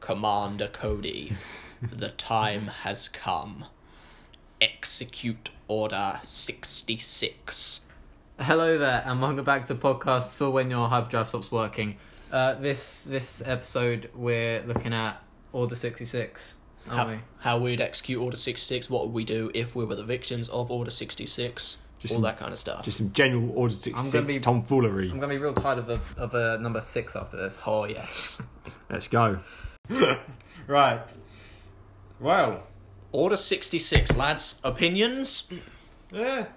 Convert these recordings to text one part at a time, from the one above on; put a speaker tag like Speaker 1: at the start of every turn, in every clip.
Speaker 1: Commander Cody, the time has come. Execute Order 66.
Speaker 2: Hello there, and welcome back to podcasts for when your hub drive stops working. Uh, this this episode we're looking at Order sixty six, aren't
Speaker 1: How,
Speaker 2: we?
Speaker 1: how we'd execute Order 66, what would we do if we were the victims of Order 66,
Speaker 3: Just
Speaker 1: all
Speaker 3: in-
Speaker 1: that kind of stuff.
Speaker 3: Just some general Order
Speaker 2: gonna
Speaker 3: 66
Speaker 2: be-
Speaker 3: tomfoolery.
Speaker 2: I'm gonna be real tired of a of a number six after this.
Speaker 1: Oh, yes.
Speaker 3: Let's go.
Speaker 4: Right. Well,
Speaker 1: Order 66, lads. Opinions?
Speaker 4: yeah, it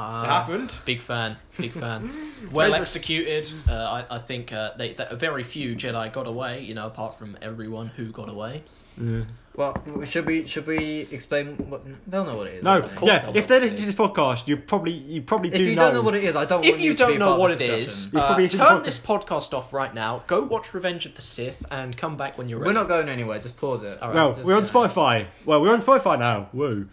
Speaker 2: Uh,
Speaker 4: happened.
Speaker 1: Big fan, big fan. well
Speaker 4: Treasure-
Speaker 1: executed. Uh, I, I think uh, they, that very few Jedi got away, you know, apart from everyone who got away.
Speaker 3: Yeah.
Speaker 2: well, should we should we explain what? They'll know what it is.
Speaker 3: No,
Speaker 2: won't they?
Speaker 1: course
Speaker 3: yeah.
Speaker 1: they'll
Speaker 3: If
Speaker 1: know
Speaker 3: they
Speaker 1: what it
Speaker 3: listen to this podcast, you probably you probably
Speaker 2: If
Speaker 3: do
Speaker 2: you
Speaker 3: know.
Speaker 2: don't know what it is, I don't.
Speaker 1: If
Speaker 2: want
Speaker 1: you
Speaker 2: to be
Speaker 1: don't
Speaker 2: a
Speaker 1: know
Speaker 2: part
Speaker 1: what
Speaker 2: of
Speaker 1: it
Speaker 2: this
Speaker 1: is,
Speaker 2: discussion.
Speaker 3: It's
Speaker 1: uh,
Speaker 3: probably isn't
Speaker 1: turn
Speaker 3: podcast.
Speaker 1: this podcast off right now. Go watch Revenge of the Sith and come back when you're
Speaker 2: we're
Speaker 1: ready.
Speaker 2: not going anywhere. Just pause it. All right,
Speaker 3: Well,
Speaker 2: just,
Speaker 3: we're on
Speaker 2: you know.
Speaker 3: Spotify. Well, we're on Spotify now. Woo.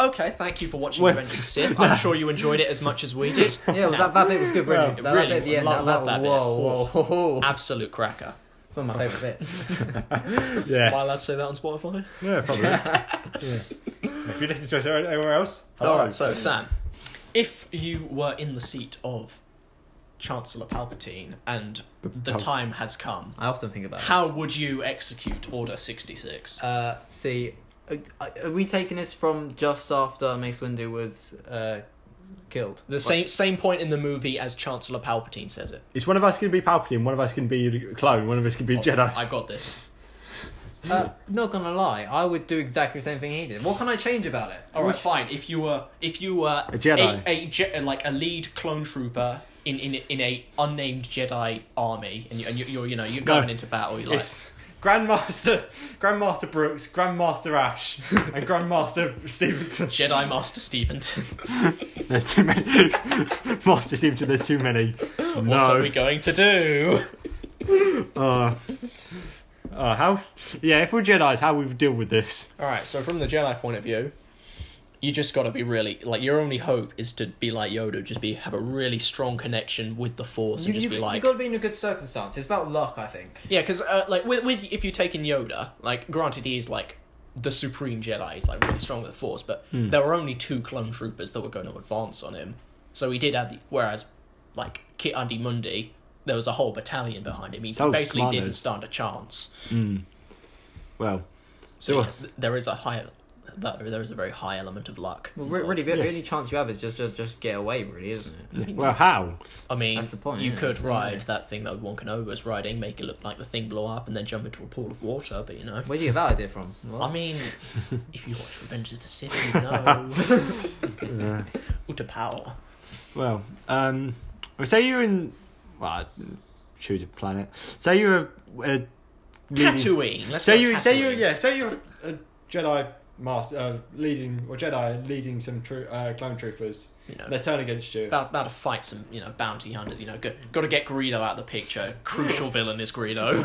Speaker 1: Okay, thank you for watching
Speaker 3: We're-
Speaker 1: Revenge of the Sith. I'm sure you enjoyed it as much as we did.
Speaker 2: Yeah, well, that, that bit was good,
Speaker 3: Well,
Speaker 2: brilliant. that,
Speaker 1: really,
Speaker 2: that bit at the end,
Speaker 1: love-
Speaker 2: that,
Speaker 1: love that bit.
Speaker 2: whoa, whoa, whoa, whoa.
Speaker 1: Absolute cracker.
Speaker 2: It's one of my favourite bits.
Speaker 3: Yeah.
Speaker 1: Am I allowed to say that on Spotify?
Speaker 3: yeah, probably. yeah. If you listen to us anywhere else, hello.
Speaker 1: All right, so Sam, if you were in the seat of Chancellor Palpatine and the
Speaker 3: Pal-
Speaker 1: time has come,
Speaker 2: I often think about this.
Speaker 1: how would you execute Order 66?
Speaker 2: Uh, see, uh, are we taking this from just after Mace Windu was uh, killed?
Speaker 1: The same same point in the movie as Chancellor Palpatine says it.
Speaker 3: Is one of us going to be Palpatine? One of us can be a clone? One of us can
Speaker 2: Oh,
Speaker 3: be a Jedi?
Speaker 1: I got this.
Speaker 2: Uh, not gonna lie, I would do exactly the same thing he did. What can I change about it?
Speaker 1: All right, fine. If you were if you were
Speaker 3: A Jedi.
Speaker 1: a, Je- like a lead clone trooper in in in a unnamed Jedi army, and you and you, you're you know you're going into battle, you're like.
Speaker 3: It's Grandmaster, Grandmaster Brooks, Grandmaster Ash, and Grandmaster Stevenson.
Speaker 1: Jedi Master Stevenson.
Speaker 3: There's too many. Master Stevenson, there's too many.
Speaker 1: What are
Speaker 3: No.
Speaker 1: we going to do?
Speaker 3: Uh, uh, how? Yeah, if we're Jedi's, how we would deal with this?
Speaker 1: All right, so from the Jedi point of view, you just got to be really like your only hope is to be like Yoda, just be have a really strong connection with the Force,
Speaker 2: You,
Speaker 1: and just
Speaker 2: you,
Speaker 1: be
Speaker 2: you
Speaker 1: like,
Speaker 2: gotta be in a good circumstance. It's about luck, I think.
Speaker 1: yeah, because uh, like with, with if you take in Yoda, like granted he is like the supreme Jedi, he's like really strong with the Force, but there were only two clone troopers that were going to advance on him, so he did have the whereas like Kit Andy Mundi. There was a whole battalion behind him. He
Speaker 3: Oh,
Speaker 1: basically
Speaker 3: commandos.
Speaker 1: didn't stand a chance.
Speaker 3: Well,
Speaker 1: So
Speaker 3: Sure.
Speaker 1: yes, th- there is a high, there there is a very high element of luck.
Speaker 2: Well, re- really, the the
Speaker 3: Yes.
Speaker 2: only chance you have is just, just just get away, really, isn't it?
Speaker 3: well, how?
Speaker 1: I mean,
Speaker 2: That's the point,
Speaker 1: you
Speaker 2: yeah,
Speaker 1: could
Speaker 2: absolutely.
Speaker 1: ride that thing that Obi-Wan Kenobi was riding, make it look like the thing blew up, and then jump into a pool of water. But you know,
Speaker 2: Where'd you get that idea from? What?
Speaker 1: I mean, if you watch Revenge of the Sith, you know,
Speaker 3: Yeah.
Speaker 1: Uta power.
Speaker 3: Well, um, well, say you're in. Well, I'd choose a planet. Say you're a. a leading-
Speaker 1: Tatooine. Let's
Speaker 3: Say
Speaker 1: go
Speaker 3: you. Say you.
Speaker 1: Tatooine.
Speaker 3: Yeah.
Speaker 4: Say you're a Jedi master uh, leading, or Jedi leading some troo- uh, clone troopers.
Speaker 1: You know,
Speaker 4: They turn against you.
Speaker 1: about, about to fight some, you know, bounty hunters. You know, go, got to get Greedo out of the picture. Crucial villain is Greedo.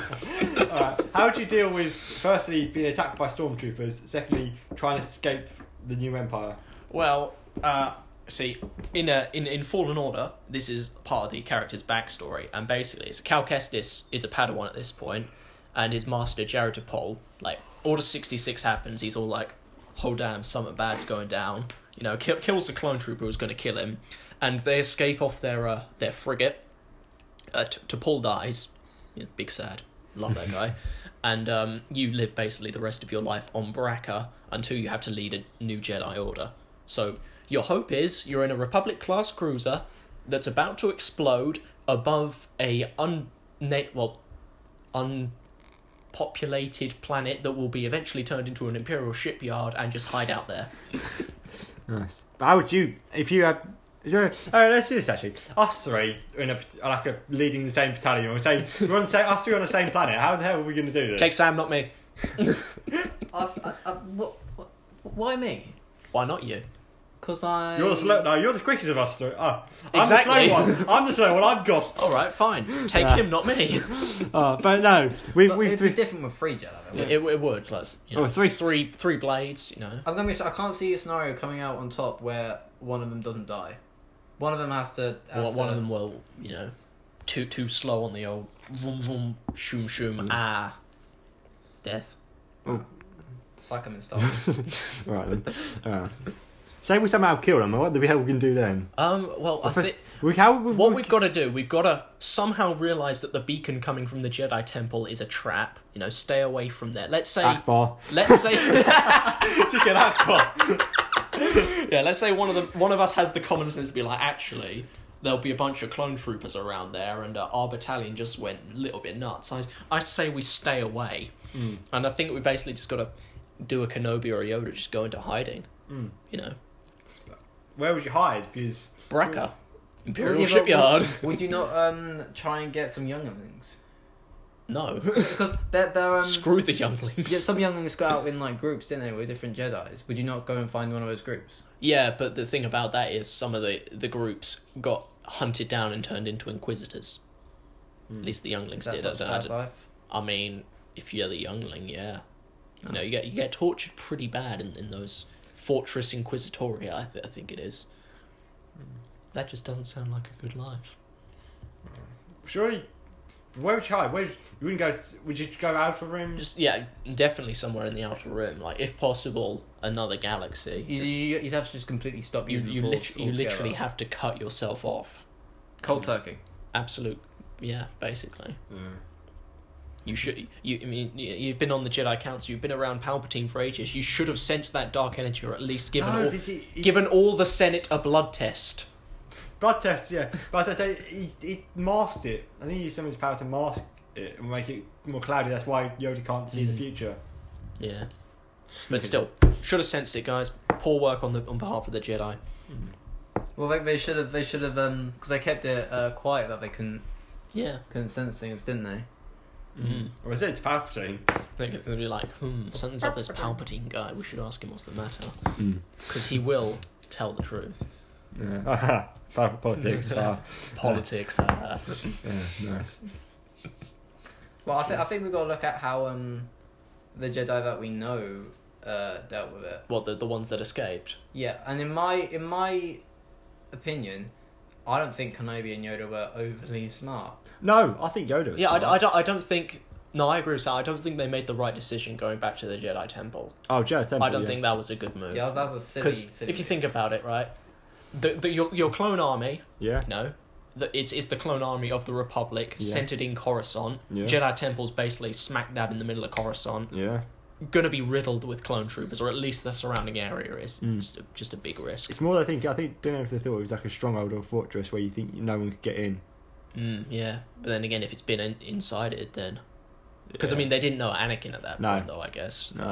Speaker 4: Alright, How do you deal with firstly being attacked by stormtroopers? Secondly, trying to escape the new empire.
Speaker 1: Well, uh, see, in a, in in Fallen Order, this is part of the character's backstory, and basically, it's Cal Kestis is a Padawan at this point, and his master Jared Apol, like Order sixty six happens, he's all like, "Oh damn, something bad's going down," you know, kill, kills the clone trooper who's going to kill him, and they escape off their uh, their frigate. Uh, t- to Paul dies, yeah, big sad, love that guy, and um, you live basically the rest of your life on Baraka until you have to lead a new Jedi Order. So your hope is you're in a Republic class cruiser that's about to explode above a un na- well unpopulated planet that will be eventually turned into an imperial shipyard and just hide out there.
Speaker 3: Nice. But how would you if you had? Is there a, all right, let's do this actually. Us three are in a like a leading the same battalion. We're, on the same, we're on the same. Us three on the same planet. How the hell are we going to do this?
Speaker 1: Take Sam, not me.
Speaker 2: I, I, I, what, what, why me?
Speaker 1: Why not you?
Speaker 2: Because I.
Speaker 3: You're the slow. No, you're the quickest of us three. Oh, I'm
Speaker 1: Exactly.
Speaker 3: the slow one. I'm the slow one. I'm gone.
Speaker 1: All right, fine. Take
Speaker 3: Yeah.
Speaker 1: him, not me.
Speaker 3: Oh, but no, we,
Speaker 2: But
Speaker 3: we've
Speaker 2: it'd be
Speaker 3: three.
Speaker 2: different with free Jedi. though, wouldn't it?
Speaker 1: It, it would. Let's you know,
Speaker 3: Oh, three-
Speaker 1: three three blades. You know.
Speaker 2: I'm gonna be. I can't see a scenario coming out on top where one of them doesn't die. One of them has to. Has
Speaker 1: One,
Speaker 2: to
Speaker 1: one of them will, you know, too too slow on the old vroom vroom shoom shoom ah. Death.
Speaker 2: It's like I'm in Star Wars.
Speaker 3: Right then. Alright. Say we somehow kill them. What the hell we can do then?
Speaker 1: Um. Well, I
Speaker 3: First-
Speaker 1: think
Speaker 3: we how we,
Speaker 1: what we've got to do, we've got to somehow realize that the beacon coming from the Jedi Temple is a trap. You know, stay away from there. Let's say.
Speaker 3: Akbar.
Speaker 1: Let's say.
Speaker 4: Chicken Akbar.
Speaker 1: yeah. Let's say one of the one of us has the common sense to be like, actually. There'll be a bunch of clone troopers around there, and uh, our battalion just went a little bit nuts. I, I say we stay away,
Speaker 2: Hmm.
Speaker 1: and I think we basically just got to do a Kenobi or a Yoda, just go into hiding.
Speaker 2: Hmm.
Speaker 4: Mm.
Speaker 1: You know,
Speaker 4: Where would you hide? Because
Speaker 1: Braca, Imperial
Speaker 2: Yeah, but
Speaker 1: Shipyard.
Speaker 2: Would, would you not um try and get some younglings?
Speaker 1: No,
Speaker 2: Because they're, they're um.
Speaker 1: screw the younglings.
Speaker 2: Yeah, some younglings got out in like groups, didn't they, with different Jedi's? Would you not go and find one of those groups?
Speaker 1: Yeah, but the thing about that is some of the, the groups got hunted down and turned into inquisitors. At least the younglings
Speaker 2: Is that
Speaker 1: did. I,
Speaker 2: such
Speaker 1: don't, I,
Speaker 2: Hmm. bad
Speaker 1: don't-
Speaker 2: life?
Speaker 1: I mean, if you're the youngling, yeah, you know you get you get tortured pretty bad in, in those fortress inquisitoria. I, th- I think it is. Hmm. That just doesn't sound like a good life.
Speaker 4: surely, where would you hide? Where would you, you wouldn't go? s- Would you go out for rooms?
Speaker 1: Just yeah, definitely somewhere in the outer rim. Like if possible, another galaxy.
Speaker 2: You,
Speaker 1: Just-
Speaker 2: you, you'd have to just completely stop
Speaker 1: you
Speaker 2: using
Speaker 1: you,
Speaker 2: the
Speaker 1: lit-
Speaker 2: Force
Speaker 1: you literally
Speaker 2: altogether.
Speaker 1: have to cut yourself off.
Speaker 2: cold turkey.
Speaker 1: Absolute, yeah, basically.
Speaker 3: Yeah.
Speaker 1: You should. You, I mean, you- you've been on the Jedi Council. You've been around Palpatine for ages. You should have sensed that dark energy, or at least given
Speaker 4: No,
Speaker 1: all
Speaker 4: but he- he-
Speaker 1: given all the Senate a blood test.
Speaker 4: Blood test, yeah. But as I say, he, he masked it. I think he used some of his power to mask it and make it more cloudy. That's why Yoda can't see the
Speaker 1: Mm.
Speaker 4: future.
Speaker 1: Yeah, but still, should have sensed it, guys. Poor work on the on behalf of the Jedi.
Speaker 2: Well, they, they should have. They should have. Um, because they kept it uh, quiet that they couldn't
Speaker 1: Yeah,
Speaker 2: couldn't sense things, didn't they?
Speaker 1: mm.
Speaker 4: Or is it? It's Palpatine.
Speaker 1: they're gonna be like, hmm, something's up with this Palpatine guy. We should ask him what's the matter,
Speaker 3: Mm.
Speaker 1: because he will tell the truth.
Speaker 3: Yeah.
Speaker 4: Aha, Powerful politics. ah.
Speaker 1: Politics. ah.
Speaker 3: uh, yeah, nice.
Speaker 2: Well, I think I think we've got to look at how um, the Jedi that we know uh, dealt with it.
Speaker 1: what the the ones that escaped?
Speaker 2: Yeah, and in my in my opinion, I don't think Kenobi and Yoda were overly smart.
Speaker 3: No, I think Yoda.
Speaker 1: Yeah, I, I don't. I don't think. No, I agree with that. I don't think they made the right decision going back to the Jedi Temple.
Speaker 3: Oh, Joe Temple.
Speaker 1: I don't
Speaker 3: yeah.
Speaker 1: think that was a good move.
Speaker 2: Yeah, that was, that was a silly.
Speaker 1: Because
Speaker 2: silly
Speaker 1: if you think about it, right, the, the your your clone army,
Speaker 3: Yeah.
Speaker 1: you know, the, it's it's the clone army of the Republic
Speaker 3: Yeah.
Speaker 1: centered in Coruscant.
Speaker 3: Yeah.
Speaker 1: Jedi temples basically smack dab in the middle of Coruscant,
Speaker 3: Yeah.
Speaker 1: gonna be riddled with clone troopers, or at least the surrounding area is
Speaker 3: Mm.
Speaker 1: just a, just a big risk.
Speaker 3: It's more. I think. I think. Don't know if they thought it was like a stronghold or fortress where you think no one could get in.
Speaker 1: Mm, yeah, but then again, if it's been in, inside it, then because I mean they didn't know Anakin at that
Speaker 3: No.
Speaker 1: point, though. I guess
Speaker 3: No.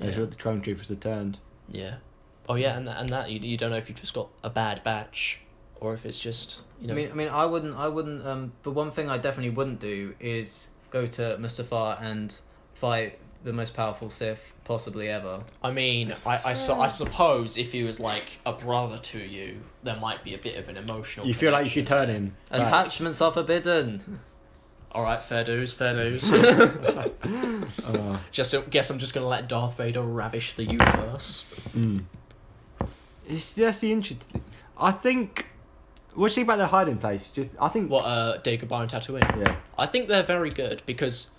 Speaker 1: Yeah.
Speaker 3: That's what the clone troopers had turned.
Speaker 1: Yeah. Oh yeah, and that, and that you, you don't know if you've just got a bad batch, or if it's just you know.
Speaker 2: I mean, I mean, I wouldn't, I wouldn't. Um, the one thing I definitely wouldn't do is go to Mustafar and fight the most powerful Sith possibly ever.
Speaker 1: I mean, I I, su- I suppose if he was like a brother to you, there might be a bit of an emotional.
Speaker 3: You feel like
Speaker 1: connection
Speaker 3: you should turn
Speaker 1: there.
Speaker 3: him. Right.
Speaker 2: Attachments are forbidden.
Speaker 1: All right, fair dues, fair dues.
Speaker 3: Oh,
Speaker 1: just guess I'm just gonna let Darth Vader ravish the universe.
Speaker 3: mm. It's that's the interesting. I think. What do you think about the hiding place? Just, I think.
Speaker 1: What uh, Dagobah and Tatooine?
Speaker 3: Yeah.
Speaker 1: I think they're very good because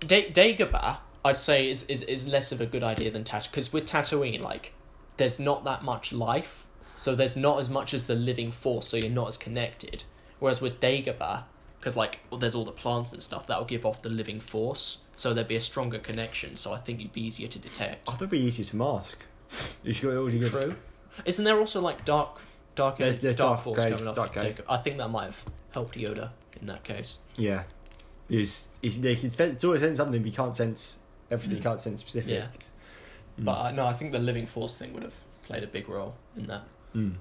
Speaker 1: da- Dagobah, I'd say, is, is, is less of a good idea than Tatooine. Because with Tatooine, like, there's not that much life, so there's not as much as the living force, so you're not as connected. Whereas with Dagobah, because, like, well, there's all the plants and stuff, that'll give off the living force, so there'd be a stronger connection, so I think you'd be easier to detect.
Speaker 3: I thought it'd be easier to mask. You should go all your
Speaker 1: True. Isn't there also, like, dark. Dark,
Speaker 3: There's- there's
Speaker 1: dark,
Speaker 3: dark
Speaker 1: force
Speaker 3: cave-
Speaker 1: coming off.
Speaker 3: dark cave.
Speaker 1: Dagobah. I think that might have helped Yoda in that case.
Speaker 3: Yeah. It's, it's, they can, sen- it's always sense something, but you can't sense everything. You can't sense specific.
Speaker 1: Yeah. But uh, no, I think the living force thing would have played a big role in that.
Speaker 3: Mm.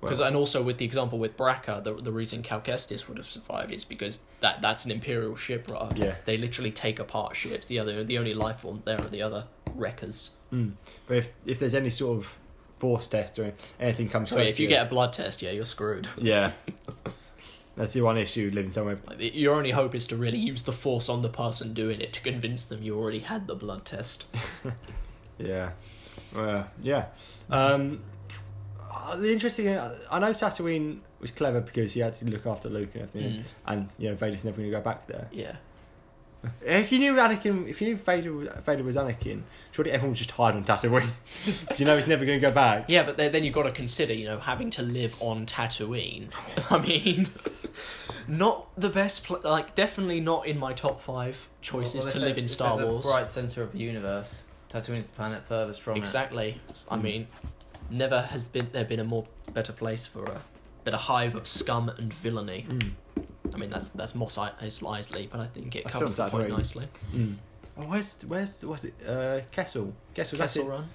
Speaker 1: Because and also with the example with Braca, the the reason Calcestis would have survived is because that that's an imperial ship, right?
Speaker 3: Yeah.
Speaker 1: They literally take apart ships. The other the only life form there are the other wreckers.
Speaker 3: Mm. But if if there's any sort of force test or anything comes
Speaker 1: So
Speaker 3: close
Speaker 1: if you
Speaker 3: to
Speaker 1: get a blood test, yeah, you're screwed.
Speaker 3: it- yeah, that's the one issue living somewhere.
Speaker 1: Like, the- your only hope is to really use the force on the person doing it to convince them you already had the blood test.
Speaker 3: Yeah, uh, yeah. Um, uh, the interesting, I know Tatooine was clever because he had to look after Luke and everything,
Speaker 1: Mm.
Speaker 3: and you know Vader's never going to go back there.
Speaker 1: Yeah.
Speaker 3: If you knew Anakin, if you knew Vader, was- Vader was Anakin, surely everyone would just hide on Tatooine. you know he's never going to go back.
Speaker 1: Yeah, but then, then you've got to consider, you know, having to live on Tatooine. I mean, not the best, pl- like, definitely not in my top five choices
Speaker 2: Well, if
Speaker 1: to live
Speaker 2: there's-
Speaker 1: in
Speaker 2: if
Speaker 1: Star
Speaker 2: there's a
Speaker 1: Wars.
Speaker 2: bright center of the universe. Tatooine is the planet furthest from
Speaker 1: Exactly. It's-
Speaker 2: Hmm.
Speaker 1: I mean, never has been there been a more better place for a bit of hive of scum and villainy.
Speaker 3: Mm.
Speaker 1: I mean, that's that's Moss Is- Eisley, but I think it
Speaker 3: I still
Speaker 1: covers the
Speaker 3: don't
Speaker 1: point
Speaker 3: agree.
Speaker 1: nicely.
Speaker 3: Oh, where's where's what's it? Uh, Kessel. Kessel. that's
Speaker 1: Kessel
Speaker 3: it.
Speaker 1: Run.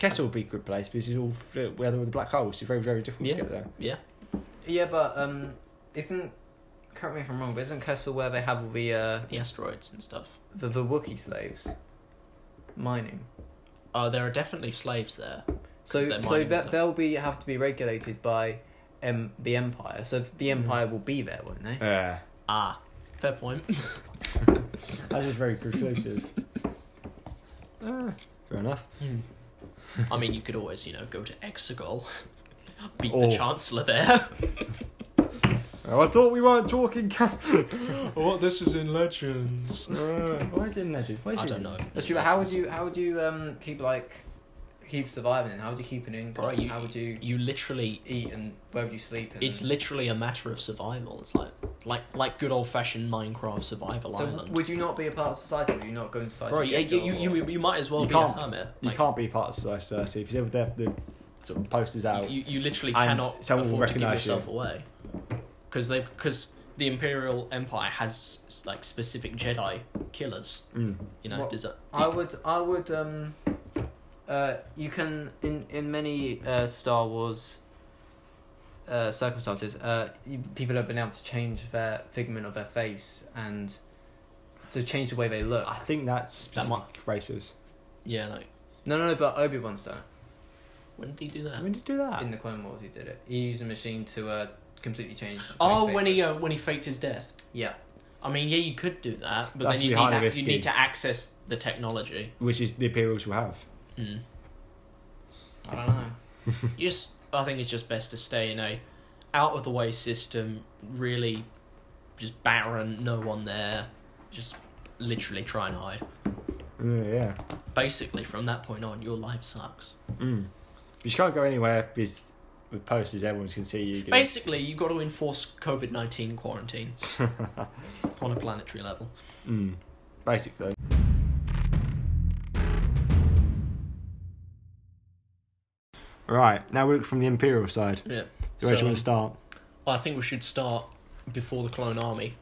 Speaker 3: Kessel would be a good place because it's all where there were the black holes. It's very very difficult
Speaker 1: Yeah.
Speaker 3: to get there.
Speaker 1: Yeah.
Speaker 2: it. Yeah, but um, isn't correct me if I'm wrong, but isn't Kessel where they have all the uh,
Speaker 1: The asteroids and stuff.
Speaker 2: the, the Wookiee slaves mining?
Speaker 1: Oh, there are definitely slaves there. 'cause
Speaker 2: So
Speaker 1: they're
Speaker 2: so
Speaker 1: mining
Speaker 2: that
Speaker 1: them.
Speaker 2: they'll be have to be regulated by um, the Empire. So the Empire will be there, won't they?
Speaker 3: Yeah.
Speaker 1: Ah, fair point.
Speaker 3: That is very conclusive. Ah, fair enough.
Speaker 1: I mean, you could always, you know, go to Exegol, beat
Speaker 3: Or-
Speaker 1: the Chancellor there.
Speaker 3: Oh, I thought we weren't talking. Ca-
Speaker 1: What this is in Legends.
Speaker 3: uh, why is it in legend? Why is
Speaker 1: I
Speaker 3: it
Speaker 1: don't
Speaker 3: in-
Speaker 1: know.
Speaker 2: That's true. But how would you how would you um keep like keep surviving? How would you keep an income?
Speaker 1: Bro, you,
Speaker 2: how would you
Speaker 1: you literally
Speaker 2: eat and where would you sleep? And...
Speaker 1: It's literally a matter of survival. It's like like like good old fashioned Minecraft survival
Speaker 2: So
Speaker 1: island.
Speaker 2: would you not be a part of society? Would you not go into society?
Speaker 1: Bro,
Speaker 2: and
Speaker 1: you,
Speaker 2: get a
Speaker 1: you,
Speaker 2: job
Speaker 1: you,
Speaker 2: or-
Speaker 1: you, you might as well
Speaker 3: You
Speaker 1: be
Speaker 3: can't-
Speaker 1: a hermit.
Speaker 3: You
Speaker 1: Like,
Speaker 3: can't be part of society if you ever have the sort of posters out.
Speaker 1: You, you literally
Speaker 3: And
Speaker 1: cannot
Speaker 3: someone will
Speaker 1: afford to give
Speaker 3: recognise you.
Speaker 1: yourself away because they because the Imperial Empire has s- like specific Jedi killers.
Speaker 3: Mm.
Speaker 1: You know,
Speaker 2: What-
Speaker 1: desi-
Speaker 2: I would. I would. Um. Uh. You can in in many uh, Star Wars. Uh, circumstances. Uh. you- People have been able to change their figment of their face and. So change the way they look.
Speaker 3: I think that's
Speaker 1: That
Speaker 3: specific
Speaker 1: might-
Speaker 3: races.
Speaker 1: yeah, like
Speaker 2: No, no, no. But Obi Wan's done it.
Speaker 1: when did he do that?
Speaker 3: When did you do
Speaker 1: Ah.
Speaker 3: that?
Speaker 2: In the Clone Wars, he did it. He used a machine to uh completely change. his
Speaker 1: Oh,
Speaker 2: face
Speaker 1: when he
Speaker 2: look.
Speaker 1: uh, when he faked his death.
Speaker 2: Yeah.
Speaker 1: I mean, yeah, you could do that, but
Speaker 3: That's
Speaker 1: then you
Speaker 3: highly
Speaker 1: need ac-
Speaker 3: risky.
Speaker 1: you need to access the technology.
Speaker 3: Which is the Imperials will have.
Speaker 1: Mm.
Speaker 2: I don't know.
Speaker 1: you just I think it's just best to stay in a out of the way system, really just barren, no one there, just literally try and hide.
Speaker 3: Yeah, Mm, yeah.
Speaker 1: Basically from that point on your life sucks.
Speaker 3: Mm. You just can't go anywhere because with posters, everyone can see you. getting-
Speaker 1: Basically you've got to enforce COVID nineteen quarantines on a planetary level.
Speaker 3: mm. Basically. Right, now we look from the Imperial side.
Speaker 1: Yeah.
Speaker 3: Where do you want to start?
Speaker 1: I think we should start before the clone army.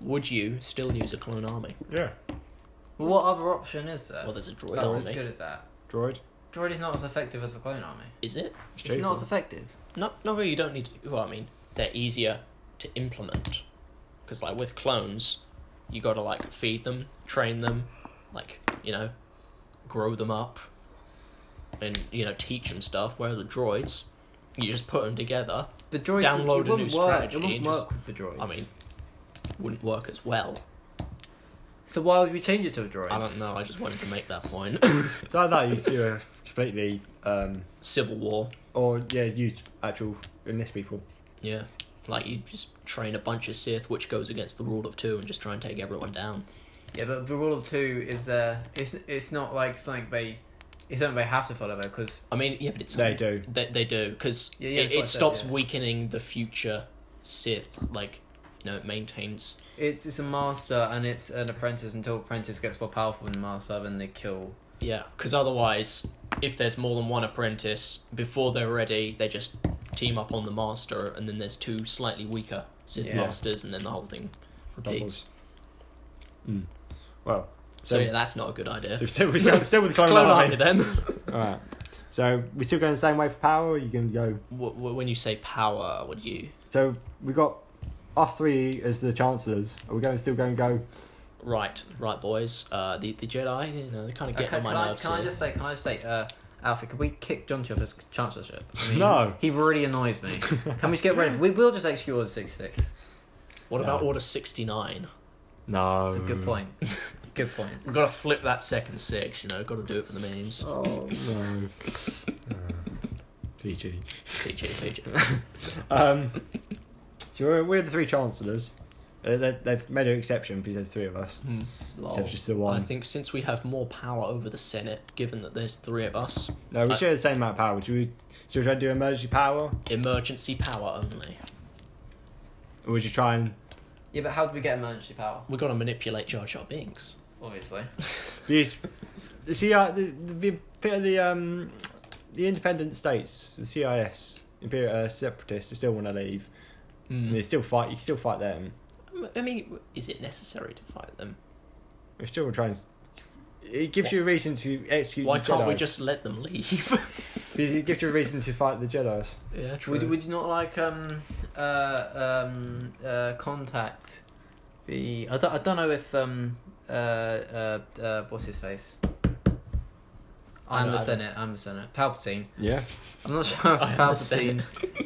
Speaker 1: Would you still use a clone army?
Speaker 3: Yeah.
Speaker 2: Well, what other option is there?
Speaker 1: Well there's a droid eh?
Speaker 2: That's as
Speaker 1: army.
Speaker 2: good as that.
Speaker 3: Droid.
Speaker 2: Droid is not as effective as the clone army.
Speaker 1: Is it?
Speaker 3: It's
Speaker 2: It's not
Speaker 3: cheaper.
Speaker 2: as effective.
Speaker 1: Not, not really. You don't need. Well, I mean, they're easier to implement because, like, with clones, you gotta like feed them, train them, like you know, grow them up, and you know, teach them stuff. Whereas with droids, you just put them together.
Speaker 2: The droid
Speaker 1: Download
Speaker 2: it
Speaker 1: a new
Speaker 2: wouldn't Work.
Speaker 1: strategy,
Speaker 2: It wouldn't
Speaker 1: just-
Speaker 2: work with the droids.
Speaker 1: I mean, wouldn't work as well.
Speaker 2: so why would we change it to a droid?
Speaker 1: I don't know. I just wanted to make that point.
Speaker 3: It's like that, you do a completely, um,
Speaker 1: Civil War.
Speaker 3: or yeah, use actual enlist people.
Speaker 1: Yeah. Like you just train a bunch of Sith, which goes against the rule of two, and just try and take everyone down.
Speaker 2: Yeah, but the rule of two is there. It's it's not like something they, it's something they have to follow because
Speaker 1: I mean, yeah, but it's
Speaker 3: They do.
Speaker 1: They, they do because
Speaker 2: Yeah,
Speaker 1: it,
Speaker 2: yeah, that's what I
Speaker 1: it
Speaker 2: said,
Speaker 1: stops
Speaker 2: yeah.
Speaker 1: weakening the future Sith. Like, you know, it maintains.
Speaker 2: it's it's a master and it's an apprentice until apprentice gets more powerful than master, then they kill.
Speaker 1: Yeah, because otherwise, if there's more than one apprentice before they're ready, they just team up on the master, and then there's two slightly weaker Sith
Speaker 2: Yeah.
Speaker 1: masters, and then the whole thing repeats.
Speaker 3: Doubles. Mm. Well,
Speaker 1: So
Speaker 3: So-
Speaker 1: yeah, that's not a good idea.
Speaker 3: so we're still, we're still- still with
Speaker 1: It's
Speaker 3: the clone, army.
Speaker 1: then.
Speaker 3: All right. So we still going the same way for power. Or are you going to go?
Speaker 1: Wh- wh- when you say power, would you
Speaker 3: So we got us three as the chancellors. Are we going still going to go?
Speaker 1: right, right, boys? Uh, the the Jedi, you know, they kind of get
Speaker 2: Okay,
Speaker 1: on
Speaker 2: can
Speaker 1: my
Speaker 2: I,
Speaker 1: nerves.
Speaker 2: can I
Speaker 1: here.
Speaker 2: just say? Can I just say? Uh, Alfie, could we kick John off his chancellorship? I mean,
Speaker 3: No.
Speaker 2: he really annoys me. Can we just get rid of? him? We will just execute Order Six Six.
Speaker 1: What about
Speaker 3: No.
Speaker 1: Order sixty nine?
Speaker 3: No.
Speaker 2: That's a
Speaker 1: Oh.
Speaker 2: good point. good point.
Speaker 1: We've got to flip that second six, you know, got to do it for the memes.
Speaker 3: Oh no. TG.
Speaker 1: PG, PG.
Speaker 3: Um. So we're, we're the three chancellors. They, they, they've made an exception because there's three of us.
Speaker 1: Hmm.
Speaker 3: So it's just the one.
Speaker 1: I think since we have more power over the Senate, given that there's three of us,
Speaker 3: no, we
Speaker 1: I-
Speaker 3: share the same amount of power. Should we, should we try to do emergency power?
Speaker 1: emergency power only.
Speaker 3: Or would you try and.
Speaker 2: Yeah, but how do we get emergency power?
Speaker 1: We're gonna manipulate Jar Jar Binks.
Speaker 2: Obviously.
Speaker 3: Use, see, uh, the, the, the, bit of the, um, the independent states, the CIS, imperial, uh, separatists, they still want to leave. And They
Speaker 1: Mm.
Speaker 3: still fight. You can still fight them.
Speaker 1: I mean, is it necessary to fight them?
Speaker 3: We're still trying. It gives you a reason to execute.
Speaker 1: Why
Speaker 3: the
Speaker 1: can't we
Speaker 3: Jedis.
Speaker 1: just let them leave?
Speaker 3: Because it gives you a reason to fight the Jedi's.
Speaker 1: yeah, true.
Speaker 2: Would, would you not like um uh um uh contact the I don't, I don't know if um uh uh, uh what's his face
Speaker 1: I
Speaker 2: I'm
Speaker 1: don't-
Speaker 2: the
Speaker 1: I don't-
Speaker 2: Senate I'm the Senate Palpatine
Speaker 3: Yeah.
Speaker 2: I'm not sure if
Speaker 1: I am the
Speaker 2: Palpatine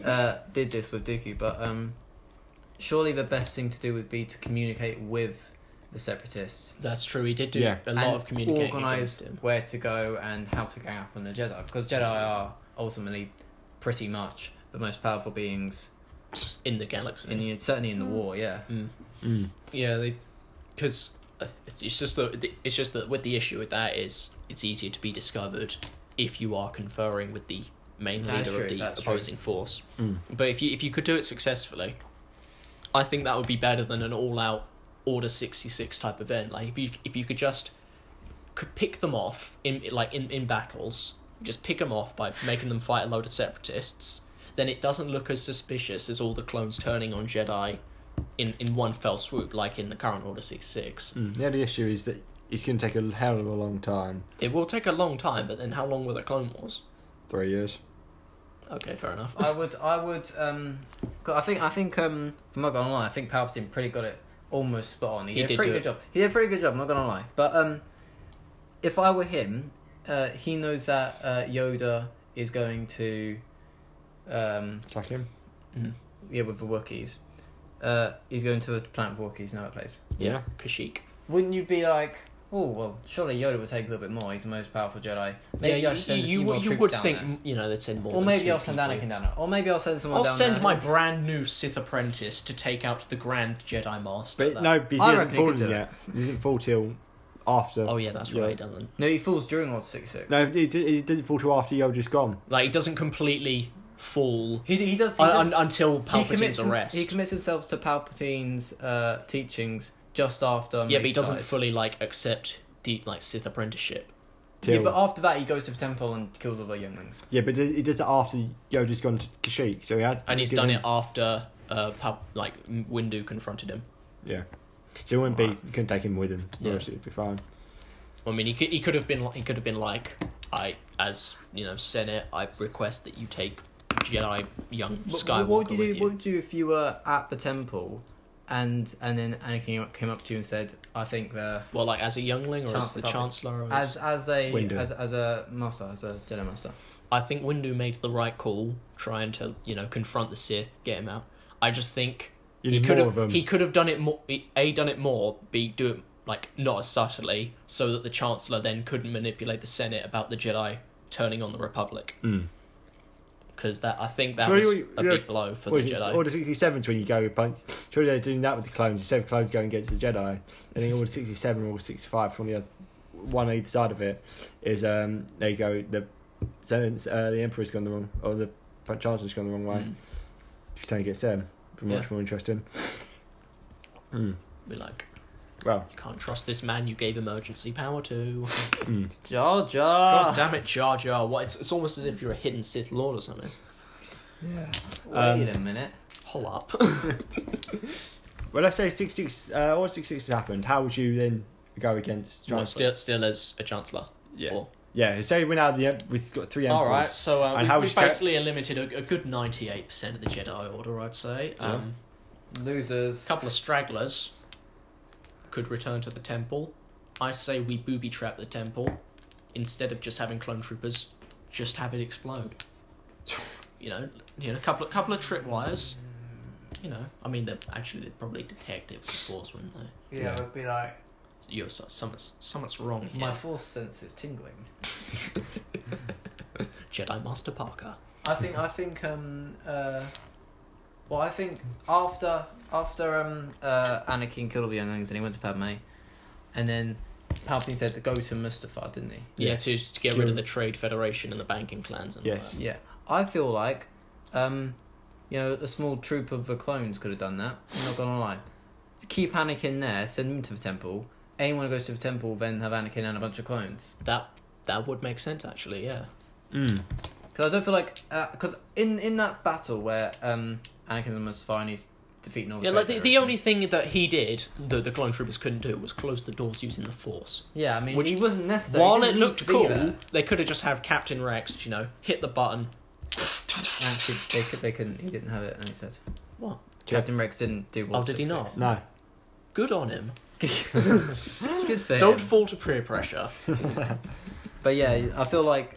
Speaker 2: uh did this with Dooku but um surely the best thing to do would be to communicate with the separatists
Speaker 1: That's true. He did do
Speaker 3: Yeah.
Speaker 1: a lot
Speaker 2: and
Speaker 1: of communicating against
Speaker 2: organise
Speaker 1: him.
Speaker 2: where to go and how to gang up on the Jedi because Jedi are ultimately pretty much the most powerful beings
Speaker 1: in the galaxy.
Speaker 2: in the, certainly in the war. Yeah,
Speaker 3: Mm.
Speaker 1: yeah, they because it's it's just that it's just that with the issue with that is it's easier to be discovered if you are conferring with the main
Speaker 2: That's
Speaker 1: leader of
Speaker 2: true,
Speaker 1: the
Speaker 2: that's true.
Speaker 1: opposing force.
Speaker 3: Mm.
Speaker 1: But if you if you could do it successfully, I think that would be better than an all out Order sixty six type event. Like if you if you could just could pick them off in like in, in battles, just pick them off by making them fight a load of separatists. Then it doesn't look as suspicious as all the clones turning on Jedi in, in one fell swoop, like in the current Order 66.
Speaker 3: Mm. The only issue is that it's going to take a hell of a long time.
Speaker 1: It will take a long time, but then how long were the Clone Wars?
Speaker 3: Three years.
Speaker 1: Okay, fair enough.
Speaker 2: I would, I would, um, 'cause I think, I think, um, I'm not gonna lie, I think Palpatine pretty got it almost spot on. He,
Speaker 1: He
Speaker 2: did,
Speaker 1: did
Speaker 2: a pretty
Speaker 1: do
Speaker 2: good
Speaker 1: it.
Speaker 2: job. He did a pretty good job. I'm not gonna lie, but um, if I were him, uh, he knows that uh, Yoda is going to, um,
Speaker 3: Attack him.
Speaker 2: yeah, with the Wookiees. Uh, he's going to the planet of Wookiees, no other place.
Speaker 1: yeah, Kashyyyk.
Speaker 2: Wouldn't you be like, oh well, surely Yoda would take a little bit more. He's the most powerful Jedi. Maybe
Speaker 1: yeah,
Speaker 2: I should send a
Speaker 1: you,
Speaker 2: few more
Speaker 1: you, you
Speaker 2: troops
Speaker 1: would
Speaker 2: down
Speaker 1: think,
Speaker 2: there."
Speaker 1: you know, they'd send more
Speaker 2: Or
Speaker 1: than
Speaker 2: anakin
Speaker 1: two
Speaker 2: down send
Speaker 1: people.
Speaker 2: Anakin down there. Or maybe I'll send someone
Speaker 1: I'll
Speaker 2: down
Speaker 1: send
Speaker 2: there.
Speaker 1: my brand new Sith apprentice to take out the Grand Jedi Master.
Speaker 3: But
Speaker 1: that-
Speaker 3: no, because
Speaker 2: I
Speaker 3: he
Speaker 2: reckon
Speaker 3: hasn't
Speaker 2: he could
Speaker 3: fallen
Speaker 2: do
Speaker 3: yet. He doesn't fall till after.
Speaker 1: Oh, yeah, that's right, he doesn't.
Speaker 2: No, he falls during Order 66.
Speaker 3: No, he, did, he didn't fall till after Yoda's gone.
Speaker 1: Like, he doesn't completely fall
Speaker 2: He, he does. He, does,
Speaker 1: un- un- until
Speaker 2: he
Speaker 1: Palpatine's
Speaker 2: commits,
Speaker 1: arrest.
Speaker 2: he commits himself to Palpatine's uh, teachings just after.
Speaker 1: yeah,
Speaker 2: Mace
Speaker 1: but he doesn't
Speaker 2: dies.
Speaker 1: fully, like, accept the, like, Sith apprenticeship.
Speaker 3: Till,
Speaker 2: Yeah, but after that, he goes to the temple and kills all the younglings.
Speaker 3: yeah, but he does it after Yoda's gone to Kashyyyk. So he had.
Speaker 1: And he's
Speaker 3: given-
Speaker 1: done it after, uh, Pal- like, M- Windu confronted him.
Speaker 3: Yeah. So it wouldn't be. You couldn't take him with him.
Speaker 1: Yeah.
Speaker 3: Yeah. It'd be fine.
Speaker 1: I mean, he could, he could have been he could have been like, I as you know, Senate, I request that you take Jedi young Skywalker
Speaker 2: What, what would you do?
Speaker 1: with you.
Speaker 2: What would you do if you were at the temple, and and then Anakin came up to you and said, "I think the
Speaker 1: Well, like as a youngling or as
Speaker 2: Chancellor
Speaker 1: the
Speaker 2: Palpatine.
Speaker 1: Chancellor. Or
Speaker 2: as
Speaker 1: as,
Speaker 2: as a
Speaker 3: Windu.
Speaker 2: as, as a master, as a Jedi master."
Speaker 1: I think Windu made the right call, trying to you know confront the Sith, get him out. I just think
Speaker 3: You
Speaker 1: he
Speaker 3: need
Speaker 1: could
Speaker 3: more
Speaker 1: have
Speaker 3: of um, 'em.
Speaker 1: he could have done it more. A done it more. B do it like not as subtly, so that the Chancellor then couldn't manipulate the Senate about the Jedi turning on the Republic.
Speaker 3: Mm.
Speaker 1: Because that I think that
Speaker 3: So
Speaker 1: was
Speaker 3: you-
Speaker 1: a
Speaker 3: you-
Speaker 1: big blow for
Speaker 3: Or
Speaker 1: the
Speaker 3: is it
Speaker 1: Jedi.
Speaker 3: Order 67's when you go punch. Surely they're doing that with the clones. Instead of clones going against the Jedi, I think Order 67 or Order 65 from the other, one either side of it is um they go the sentence uh, the Emperor's gone the wrong or the Chancellor's gone the wrong way.
Speaker 1: Mm.
Speaker 3: Pretend against them. Be much
Speaker 1: Yeah.
Speaker 3: more interesting. Mm.
Speaker 1: Be like,
Speaker 3: Well,
Speaker 1: You can't trust this man you gave emergency power to.
Speaker 3: mm.
Speaker 2: Jar
Speaker 1: God
Speaker 2: Jar.
Speaker 1: damn it, Jar Jar. What, it's, it's almost as if you're a hidden Sith Lord or something.
Speaker 3: Um,
Speaker 2: Wait a minute.
Speaker 1: Hol up.
Speaker 3: well, let's say 66 uh, Order 66 has happened. How would you then go against?
Speaker 1: Well, still,
Speaker 3: Chancellor?
Speaker 1: still as a Chancellor.
Speaker 3: yeah,
Speaker 1: Or-
Speaker 3: yeah. Say we're now the em- we've got three emperors.
Speaker 1: All right, so uh,
Speaker 3: And
Speaker 1: we,
Speaker 3: how
Speaker 1: have
Speaker 3: would you
Speaker 1: basically eliminated a, a good 98% of the Jedi Order, I'd say.
Speaker 3: Yeah.
Speaker 1: Um, A
Speaker 2: Losers.
Speaker 1: couple of stragglers could return to the temple. I say we booby trap the temple. Instead of just having clone troopers, just have it explode. You know, you know, a couple of couple of tripwires. You know, I mean, they're actually they'd probably detect it with the force, wouldn't they?
Speaker 3: Yeah, it
Speaker 2: would be like
Speaker 1: You're so, something's something's wrong here.
Speaker 2: my force sense is tingling.
Speaker 1: Jedi Master Parker.
Speaker 2: I think I think um uh Well, I think after after um uh Anakin killed all the younglings and he went to Padme, and then Palpatine said to go to Mustafar, didn't he?
Speaker 1: Yeah,
Speaker 3: Yeah.
Speaker 1: to, to get rid of the trade federation and the banking clans and all
Speaker 3: Yes.
Speaker 1: that.
Speaker 2: Yeah, I feel like, um, you know, a small troop of the clones could have done that. I'm not gonna lie. Keep Anakin there, send him to the temple. Anyone who goes to the temple, then have Anakin and a bunch of clones.
Speaker 1: That that would make sense actually. Yeah.
Speaker 3: Mm.
Speaker 2: Because I don't feel like, because in in that battle where um Anakin's on Mustafar and he's defeating all the
Speaker 1: Yeah, like the,
Speaker 2: Trade
Speaker 1: the
Speaker 2: Federation.
Speaker 1: only thing that he did that the clone troopers couldn't do was close the doors using the force.
Speaker 2: yeah, I mean,
Speaker 1: which-
Speaker 2: he wasn't necessary.
Speaker 1: While
Speaker 2: He
Speaker 1: it
Speaker 2: didn't
Speaker 1: looked
Speaker 2: need to be
Speaker 1: cool,
Speaker 2: there.
Speaker 1: they could have just have Captain Rex, you know, hit the button.
Speaker 2: Actually, they, could, they couldn't. He didn't have it, and he said.
Speaker 1: What?
Speaker 2: Captain Rex didn't do what?
Speaker 1: Oh, did he not?
Speaker 3: No.
Speaker 1: Good on him.
Speaker 2: Good for
Speaker 1: Don't
Speaker 2: him.
Speaker 1: fall to peer pressure.
Speaker 2: But yeah, I feel like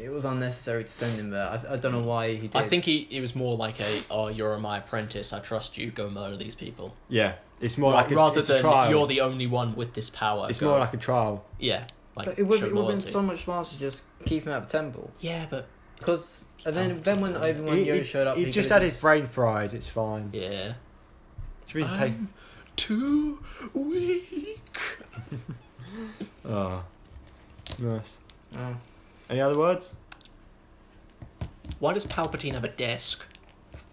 Speaker 2: it was unnecessary to send him there. I, I don't know why he did.
Speaker 1: I think he it was more like a, oh, you're my apprentice. I trust you. Go murder these people.
Speaker 3: Yeah. It's more
Speaker 1: Ra-
Speaker 3: like a,
Speaker 1: rather
Speaker 3: it's a
Speaker 1: than
Speaker 3: trial.
Speaker 1: you're the only one with this power.
Speaker 3: it's
Speaker 1: go-
Speaker 3: more like a trial.
Speaker 1: yeah, like
Speaker 2: But it would
Speaker 1: show
Speaker 2: it would have
Speaker 1: loyalty.
Speaker 2: been so much smarter to just keep him at the temple
Speaker 1: Yeah, but
Speaker 2: because and then then when Obi Wan
Speaker 3: He- he-
Speaker 2: Yoda showed up,
Speaker 3: he
Speaker 2: could've
Speaker 3: just had his brain fried. It's fine.
Speaker 1: yeah,
Speaker 3: Should we take?
Speaker 1: I'm too weak.
Speaker 3: Oh, nice.
Speaker 2: Oh.
Speaker 3: Any other words?
Speaker 1: Why does Palpatine have a desk?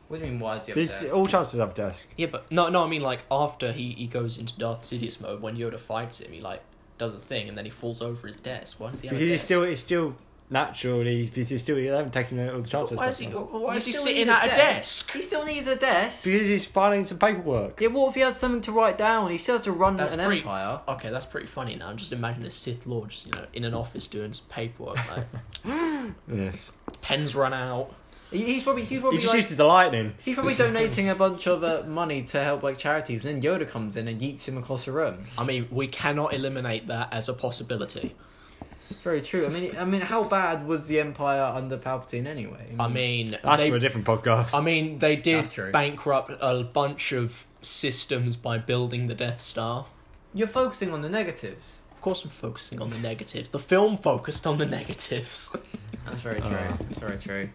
Speaker 2: What do you mean? Why is he up
Speaker 3: These-
Speaker 2: there?
Speaker 3: all chances have desk.
Speaker 1: Yeah, but no, no. I mean, like after he he goes into Darth Sidious mode, when Yoda fights him, he like does a thing and then he falls over his desk. Why does he have
Speaker 3: Because
Speaker 1: a
Speaker 3: it's
Speaker 1: desk?
Speaker 3: still it's still natural. He's, he's still they haven't taken all the chances.
Speaker 1: why is he
Speaker 3: Because
Speaker 1: why is he
Speaker 2: still
Speaker 1: sitting
Speaker 2: needs
Speaker 1: at a desk?
Speaker 2: He still needs a desk.
Speaker 3: he's filing some paperwork.
Speaker 2: Yeah, what if he has something to write down? He still has to run
Speaker 1: That's
Speaker 2: an
Speaker 1: pretty-
Speaker 2: empire.
Speaker 1: Okay, that's pretty funny. Now I'm just imagining the Sith Lord, just, you know, in an office doing some paperwork. Like
Speaker 3: Yes.
Speaker 1: pens run out.
Speaker 2: He- He's probably he's
Speaker 3: He
Speaker 2: probably
Speaker 3: just
Speaker 2: like,
Speaker 3: uses the lightning.
Speaker 2: he's probably donating a bunch of uh, money to help like charities, and then Yoda comes in and yeets him across the room.
Speaker 1: I mean, we cannot eliminate that as a possibility.
Speaker 2: Very true. I mean, I mean, how bad was the Empire under Palpatine anyway?
Speaker 1: I mean,
Speaker 3: Mm. That's
Speaker 1: they
Speaker 3: for a different podcast.
Speaker 1: I mean, they did
Speaker 2: That's true.
Speaker 1: bankrupt a bunch of systems by building the Death Star.
Speaker 2: you're focusing on the negatives.
Speaker 1: Of course, I'm focusing on the negatives. The film focused on the negatives.
Speaker 2: That's very true.
Speaker 3: Ah.
Speaker 2: That's very true.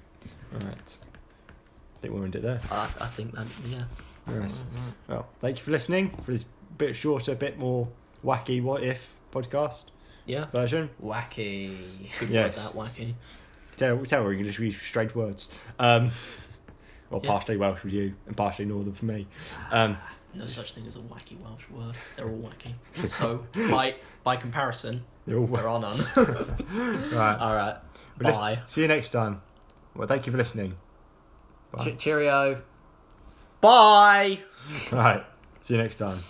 Speaker 3: Alright. I think we'll end it there.
Speaker 1: I, I think that, yeah.
Speaker 3: Nice. Well, thank you for listening for this bit shorter, bit more wacky what if podcast
Speaker 1: Yeah.
Speaker 3: version.
Speaker 2: Wacky.
Speaker 1: People
Speaker 3: Yes.
Speaker 1: like that wacky.
Speaker 3: Terrible, terrible English, we use straight words. Um, well,
Speaker 1: Yeah.
Speaker 3: partially Welsh for you and partially Northern for me. Um,
Speaker 1: No such thing as a wacky Welsh word. They're all wacky. So, by, by comparison,
Speaker 3: they're all
Speaker 1: there are none.
Speaker 3: Right.
Speaker 1: all right.
Speaker 3: Well, let's-
Speaker 1: Bye.
Speaker 3: See you next time. Well, thank you for listening. Bye.
Speaker 2: Cheerio.
Speaker 1: Bye.
Speaker 3: All right. See you next time.